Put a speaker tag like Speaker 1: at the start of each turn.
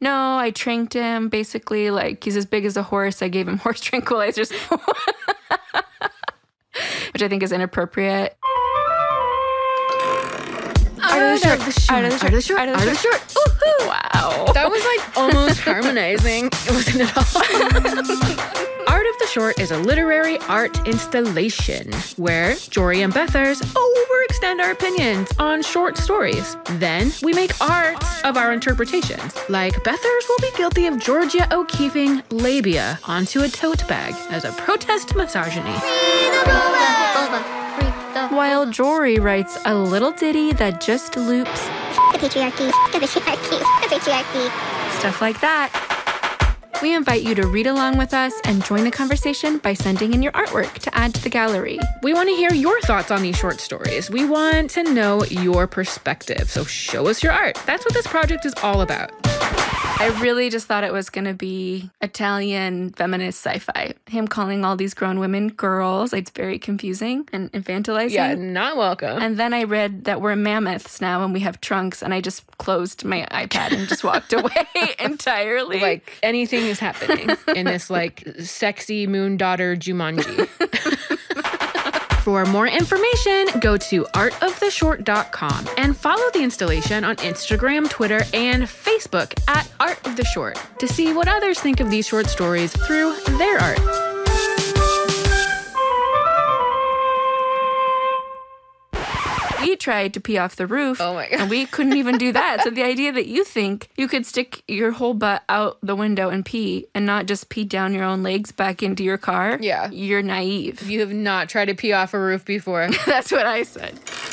Speaker 1: No, I tranked him. Basically, like he's as big as a horse. I gave him horse tranquilizers, which I think is inappropriate. Out of the shark. Out of the shark.
Speaker 2: short.
Speaker 1: Out of the
Speaker 2: short.
Speaker 1: Wow.
Speaker 2: That was like almost harmonizing. It wasn't at all. Art of the Short is a literary art installation where Jory and Bethers overextend our opinions on short stories. Then we make art of our interpretations. Like Bethers will be guilty of Georgia O'Keeffing labia onto a tote bag as a protest misogyny.
Speaker 1: While Jory writes a little ditty that just loops
Speaker 3: the patriarchy, the patriarchy, the patriarchy.
Speaker 1: stuff like that. We invite you to read along with us and join the conversation by sending in your artwork to add to the gallery.
Speaker 2: We want to hear your thoughts on these short stories. We want to know your perspective. So show us your art. That's what this project is all about.
Speaker 1: I really just thought it was going to be Italian feminist sci fi. Him calling all these grown women girls, it's very confusing and infantilizing.
Speaker 2: Yeah, not welcome.
Speaker 1: And then I read that we're mammoths now and we have trunks, and I just closed my iPad and just walked away entirely.
Speaker 2: like anything is happening in this like sexy moon daughter Jumanji. For more information, go to artoftheshort.com and follow the installation on Instagram, Twitter, and Facebook at Art of the Short to see what others think of these short stories through their art.
Speaker 1: we tried to pee off the roof.
Speaker 2: Oh my God.
Speaker 1: And we couldn't even do that. so the idea that you think you could stick your whole butt out the window and pee and not just pee down your own legs back into your car.
Speaker 2: Yeah.
Speaker 1: You're naive.
Speaker 2: You have not tried to pee off a roof before.
Speaker 1: That's what I said.